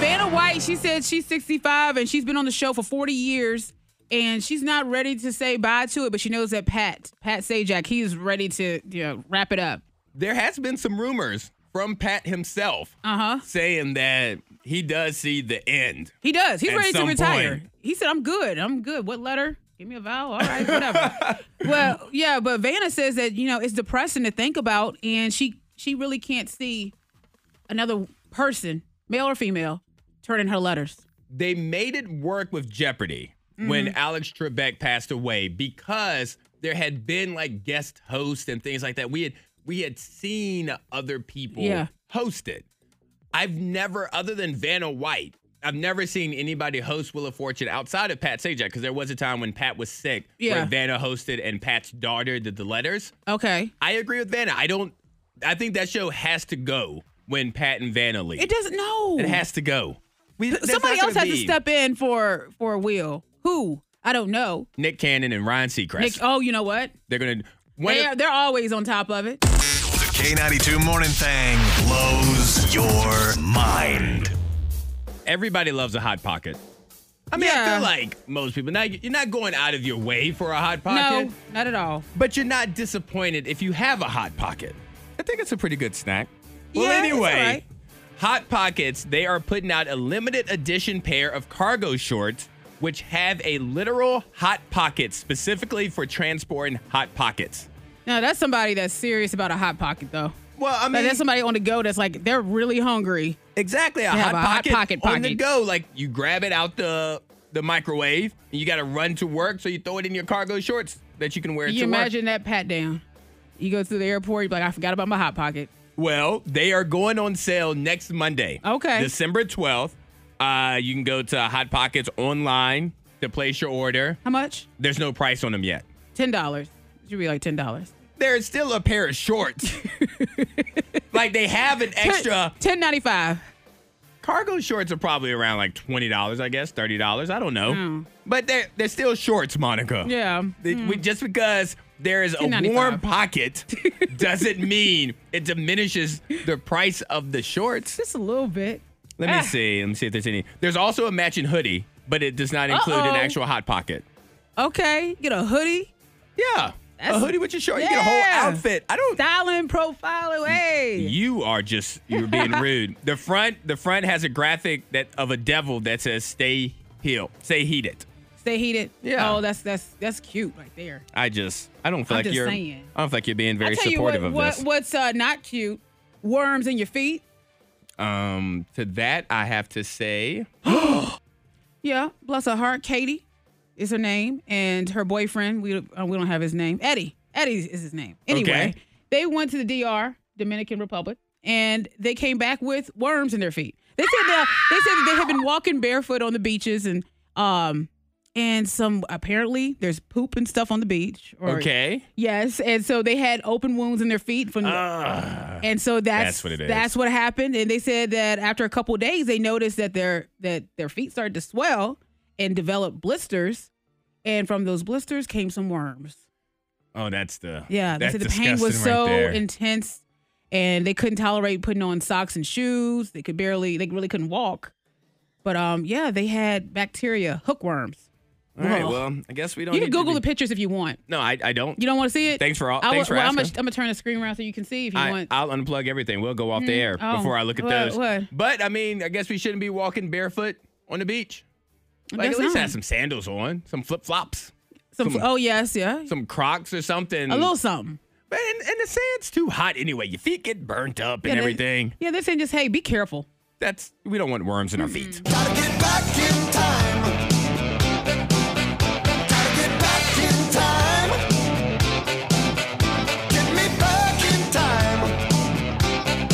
Vanna White. She said she's 65 and she's been on the show for 40 years, and she's not ready to say bye to it. But she knows that Pat, Pat Sajak, he's ready to you know, wrap it up. there has been some rumors from Pat himself Uh huh. saying that he does see the end. He does. He's At ready to some retire. point. He said, I'm good. I'm good. What letter? Give me a vowel. All right, whatever. well, yeah, but Vanna says that, you know, it's depressing to think about and she she really can't see another person, male or female, turning her letters. They made it work with Jeopardy when Mm-hmm. Alex Trebek passed away because there had been like guest hosts and things like that. We had we had seen other people Yeah. host it. I've never, other than Vanna White, I've never seen anybody host Wheel of Fortune outside of Pat Sajak because there was a time when Pat was sick Yeah. where Vanna hosted and Pat's daughter did the letters. Okay. I agree with Vanna. I don't. I think that show has to go when Pat and Vanna leave. It, It doesn't know. has to go. We, that's Somebody not else has gonna to be step in for for a wheel. Who? I don't know. Nick Cannon and Ryan Seacrest. Nick, oh, you know what? They're gonna. When, They're, they're always on top of it. The K92 Morning Thing blows your mind. everybody loves a hot pocket. I mean, I Yeah. feel like most people. Now you're not going out of your way for a hot pocket, No, not at all. but you're not disappointed if you have a hot pocket. I think it's a pretty good snack. Well, Yeah, it's all anyway. right. Hot Pockets, they are putting out a limited edition pair of cargo shorts which have a literal hot pocket specifically for transporting hot pockets. No, that's somebody that's serious about a hot pocket though. Well, I Like mean, that's somebody on the go that's like they're really hungry. exactly a, hot, have a hot pocket pocket on the pocket. go. Like you grab it out the the microwave and you got to run to work, so you throw it in your cargo shorts that you can wear Can you to work. imagine that pat down? You go to the airport, you're like, I forgot about my hot pocket. Well, they are going on sale next Monday. Okay. December 12th. Uh, you can go to Hot Pockets online to place your order. How much? There's no price on them yet. Ten dollars. It should be like ten dollars. There's still a pair of shorts. like they have an extra Ten ninety five. cargo shorts are probably around like twenty dollars, I guess, thirty dollars. I don't know. Mm. But they're they're still shorts, Monica. Yeah. Hmm. They- we- just because there is a $2.95. warm pocket doesn't mean it diminishes the price of the shorts. Just a little bit. Let me Ah. see. Let me see if there's any. There's also a matching hoodie, but it does not include an Uh-oh. actual hot pocket. Okay. Get a hoodie. Yeah. a That's- hoodie with your short. You get a whole Yeah. outfit. I don't Styling profile away. You are just you're being rude. The front the front has a graphic that of a devil that says stay healed. Stay heated. Stay heated. Yeah. Oh, that's that's that's cute right there. I just I don't feel I'm like just you're saying. I don't feel like you're being very I tell you what, supportive of what this. what's uh, not cute? Worms in your feet. Um to that I have to say Yeah, bless her heart. Katie is her name, and her boyfriend. We uh, we don't have his name. Eddie. Eddie is his name. Anyway, Okay. they went to the DR, Dominican Republic, and they came back with worms in their feet. They said that they said that they had been walking barefoot on the beaches and um and some apparently there's poop and stuff on the beach. Or, Okay. Yes, and so they had open wounds in their feet from Oh, Uh, and so that's That's what it is. That's what happened. And they said that after a couple days, they noticed that their that their feet started to swell and develop blisters, and from those blisters came some worms. Oh, that's the Yeah, they that's said the pain was disgusting right so there. intense, and they couldn't tolerate putting on socks and shoes. They could barely, they really couldn't walk. But um, yeah, they had bacteria, hookworms. All right. Well, I guess we don't. You can need to Google be- the pictures if you want. No, I, I don't. You don't want to see it? Thanks for all- I, thanks for well, I'm gonna asking. I'm gonna turn the screen around so you can see if you I, want. I'll unplug everything. We'll go off the air oh, before I look at what- those. what? But I mean, I guess we shouldn't be walking barefoot on the beach. Like guess at least not. have some sandals on, some flip flops, some, some- oh yes, yeah, some Crocs or something. a little something. But and, and the sand's too hot anyway. Your feet get burnt up Yeah, and they- everything. Yeah, they're saying just hey, be careful. That's we don't want worms in our feet. Gotta get back in time. Gotta get back in time. Get me back in time.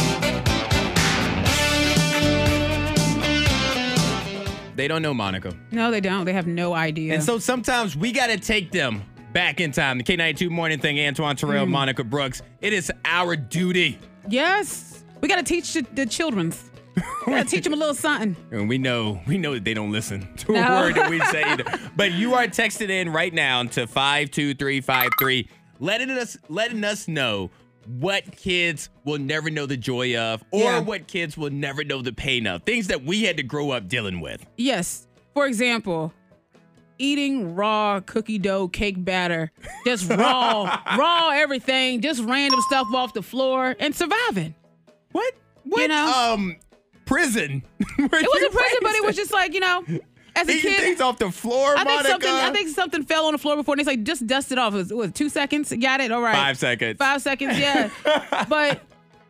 They don't know Monica. No, they don't. They have no idea. And so sometimes we got to take them back in time. The K92 morning thing, Antoine Terrell, Mm. Monica Brooks. It is our duty. yes, we gotta teach the, the children's. We gotta teach them a little something. And we know, we know that they don't listen to No. a word that we say either. But you are texted in right now to 52353, letting us letting us know what kids will never know the joy of or Yeah. what kids will never know the pain of. Things that we had to grow up dealing with. Yes. For example, eating raw cookie dough cake batter, just raw, raw everything, just random stuff off the floor and surviving. What? What know? um prison. it It wasn't prison, but it was just like, you know, as a Eating kid, things off the floor, I think Monica. something. I think something fell on the floor before, and it's like just dust it off. It was, what, two seconds. Got it. All right. Five seconds. Five seconds. Yeah. but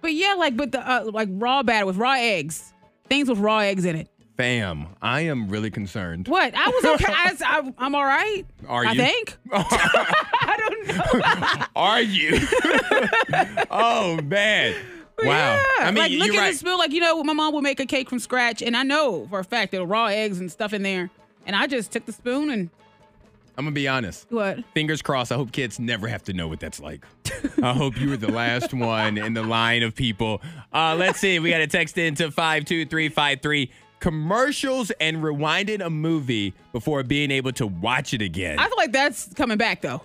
but yeah, like but the uh, like raw batter with raw eggs, things with raw eggs in it. Fam, I am really concerned. What? I was okay. I, I, I'm all right. Are I you? think. I don't know. Are you? oh man. Wow. Yeah. I mean, like you- look you're at right. the spill. Like you know, my mom would make a cake from scratch, and I know for a fact there were raw eggs and stuff in there. And I just took the spoon and I'm gonna be honest. what? Fingers crossed. I hope kids never have to know what that's like. I hope you were the last one in the line of people. Uh, let's see. We got a text in to five two three five three. Commercials and rewinding a movie before being able to watch it again. I feel like that's coming back though.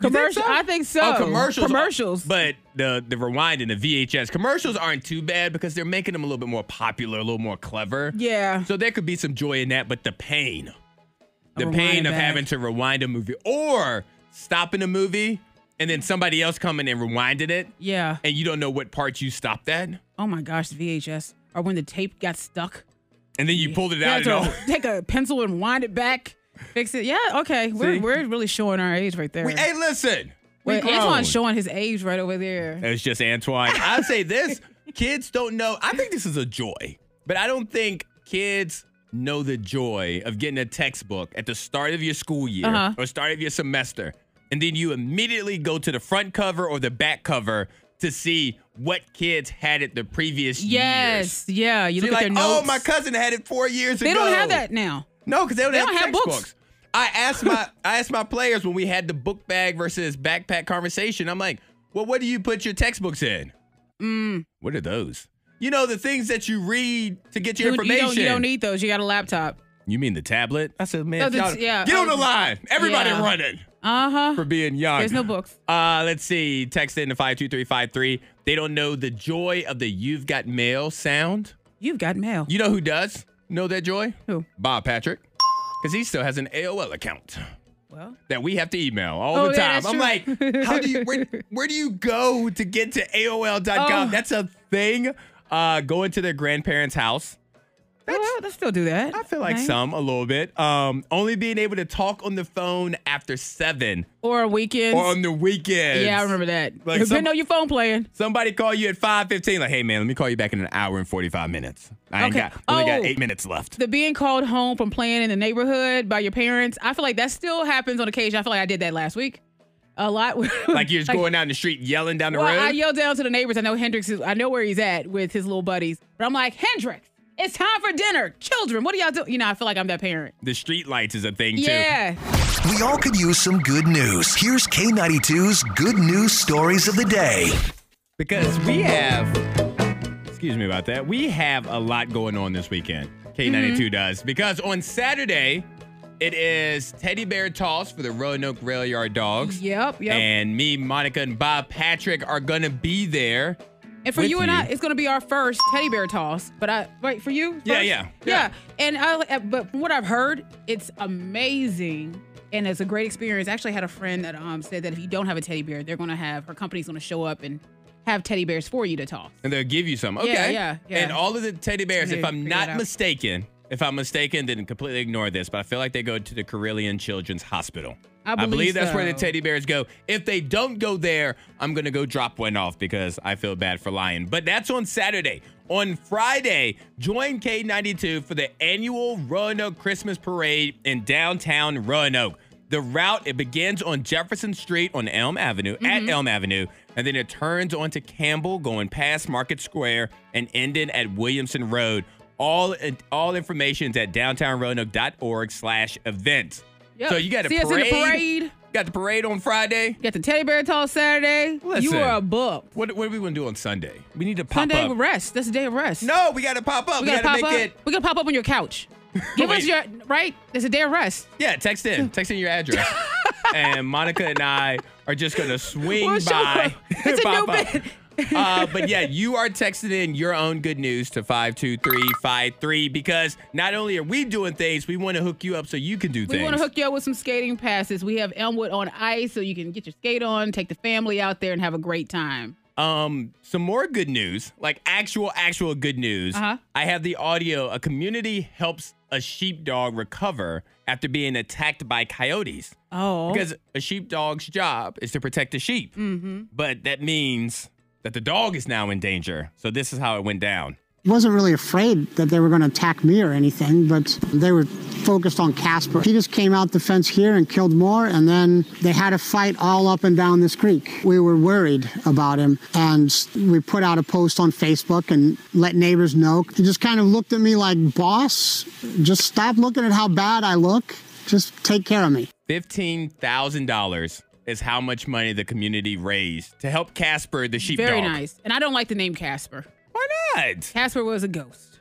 You think Commercial. so? I think so. Oh, commercials. Commercials. But the the rewind and the VHS commercials aren't too bad because they're making them a little bit more popular, a little more clever. Yeah. So there could be some joy in that, but the pain, the rewind pain of back. having to rewind a movie or stopping a movie and then somebody else coming and rewinding it, Yeah. and you don't know what parts you stopped at, and Oh my gosh, the VHS. Or when the tape got stuck. then you pulled it Mm-hmm. You out. And had all. to take a pencil and wind it back, fix it. Yeah, okay. See? We're, we're really showing our age right there. We, hey, listen, we Wait, grown. Antoine's showing his age right over there. It's just Antoine. I say this kids don't know. I think this is a joy, but I don't think kids know the joy of getting a textbook at the start of your school year Uh-huh. or start of your semester. And then you immediately go to the front cover or the back cover to see what kids had it the previous years. Yes, yeah. You So look you're at like, their notes. oh, my cousin had it four years They ago. don't have that now. No, because they don't, have, don't have books. textbooks. I asked my I asked my players when we had the book bag versus backpack conversation. I'm like, well, what do you put your textbooks in? Mm. What are those? You know, the things that you read to get your You, you information. don't, you don't need those. You got a laptop. You mean the tablet? I said, man, No, that's- y'all- yeah, get on I the was- line. Everybody yeah. run it Uh huh. for being young. There's no books. Uh, let's see. Text in to 52353. They don't know the joy of the you've got mail sound. You've got mail. You know who does know that joy? Who? Bob Patrick. Because he still has an AOL account well, that we have to email all Oh, the yeah, time. I'm that's true. like, how do you where, where do you go to get to AOL.com? Oh. That's a thing. Uh going to their grandparents' house. well, let's still do that. I feel like Right? some a little bit. Um, only being able to talk on the phone after seven Or a weekend. or on the weekends. yeah, I remember that. Like Depending some- on your phone playing. Somebody call you at five fifteen. Like, hey man, let me call you back in an hour and forty five minutes. I ain't Okay. got only got Oh. eight minutes left. the being called home from playing in the neighborhood by your parents, I feel like that still happens on occasion. I feel like I did that last week a lot. Like you're just going down the street yelling down the well, road. I yelled down to the neighbors. I know Hendrix is, I know where he's at with his little buddies, but I'm like, Hendrix, it's time for dinner. Children, what are y'all doing? You know, I feel like I'm that parent. the street lights is a thing too. Yeah. We all could use some good news. Here's K92's good news stories of the day. because we have excuse me about that we have a lot going on this weekend k92 Mm-hmm. does because on saturday it is teddy bear toss for the roanoke rail yard dogs Yep. Yep. and me monica and bob patrick are gonna be there And for with you and I, you. it's gonna be our first teddy bear toss. But I right for you? Yeah, first? yeah, yeah. yeah, And I, uh, but from what I've heard, it's amazing and it's a great experience. I actually had a friend that um said that if you don't have a teddy bear, they're gonna have her company's gonna show up and have teddy bears for you to toss. And they'll give you some. Okay. Yeah, yeah, yeah. And all of the teddy bears, Just if need to I'm figure that not out. mistaken, if I'm mistaken, then completely ignore this, but I feel like they go to the Carilion Children's Hospital. I believe that's where the so. teddy bears go. If they don't go there, I'm going to go drop one off because I feel bad for lying. But that's on Saturday. On Friday, join K92 for the annual Roanoke Christmas Parade in downtown Roanoke. The route it begins on Jefferson Street on Elm Avenue Mm-hmm. at Elm Avenue, and then it turns onto Campbell, going past Market Square and ending at Williamson Road. All all information is at downtownroanoke.org/events. Yep. So you got a See us in the parade. parade. Got the parade on Friday. Get the teddy bear toss Saturday. Listen. You are booked. What, what are we going to do on Sunday? We need to pop Sunday up. rest. That's a day of rest. no, we got to pop up. we We, gotta, got to pop make up. it. We gotta pop up on your couch. Give Wait. us your right. There's a day of rest. Yeah, text in. Text in your address. and Monica and I are just going to swing We'll show by. up. It's a Pop new up. bit. uh, but yeah, you are texting in your own good news to 52353 because not only are we doing things, we want to hook you up so you can do We things. want to hook you up with some skating passes. We have Elmwood on ice, so you can get your skate on, take the family out there, and have a great time. Um, some more good news, like actual, actual good news. Uh-huh. I have the audio. A community helps a sheepdog recover after being attacked by coyotes. Oh, Because a sheepdog's job is to protect the sheep. Mm-hmm. But that means that the dog is now in danger. So this is how it went down. wasn't really afraid that they were going to attack me or anything, but they were focused on Casper. He just came out the fence here and killed more, and then they had a fight all up and down this creek. We were worried about him, and we put out a post on Facebook and let neighbors know. He just kind of looked at me like, boss, just stop looking at how bad I look. Just take care of me. $15,000 is how much money the community raised to help Casper the sheepdog. very nice. And I don't like the name Casper. Why not? Casper was a ghost.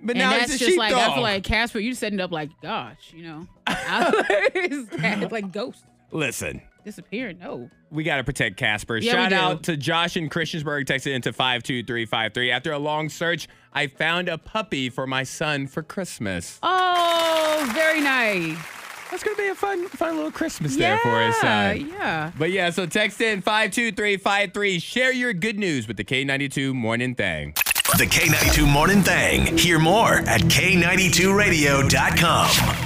But And now that's it's a just sheepdog. like I feel like Casper. You setting up like, gosh, you know, it's like ghosts Listen. disappearing. No, we got to protect Casper. Yeah, we Shout do. out to Josh in Christiansburg, texted into 52353. After a long search, I found a puppy for my son for Christmas. oh, very nice. That's going to be a fun, fun little Christmas there for his son. yeah. But yeah, so text in 52353. Share your good news with the K92 Morning Thing. The K92 Morning Thing. Hear more at K92Radio.com.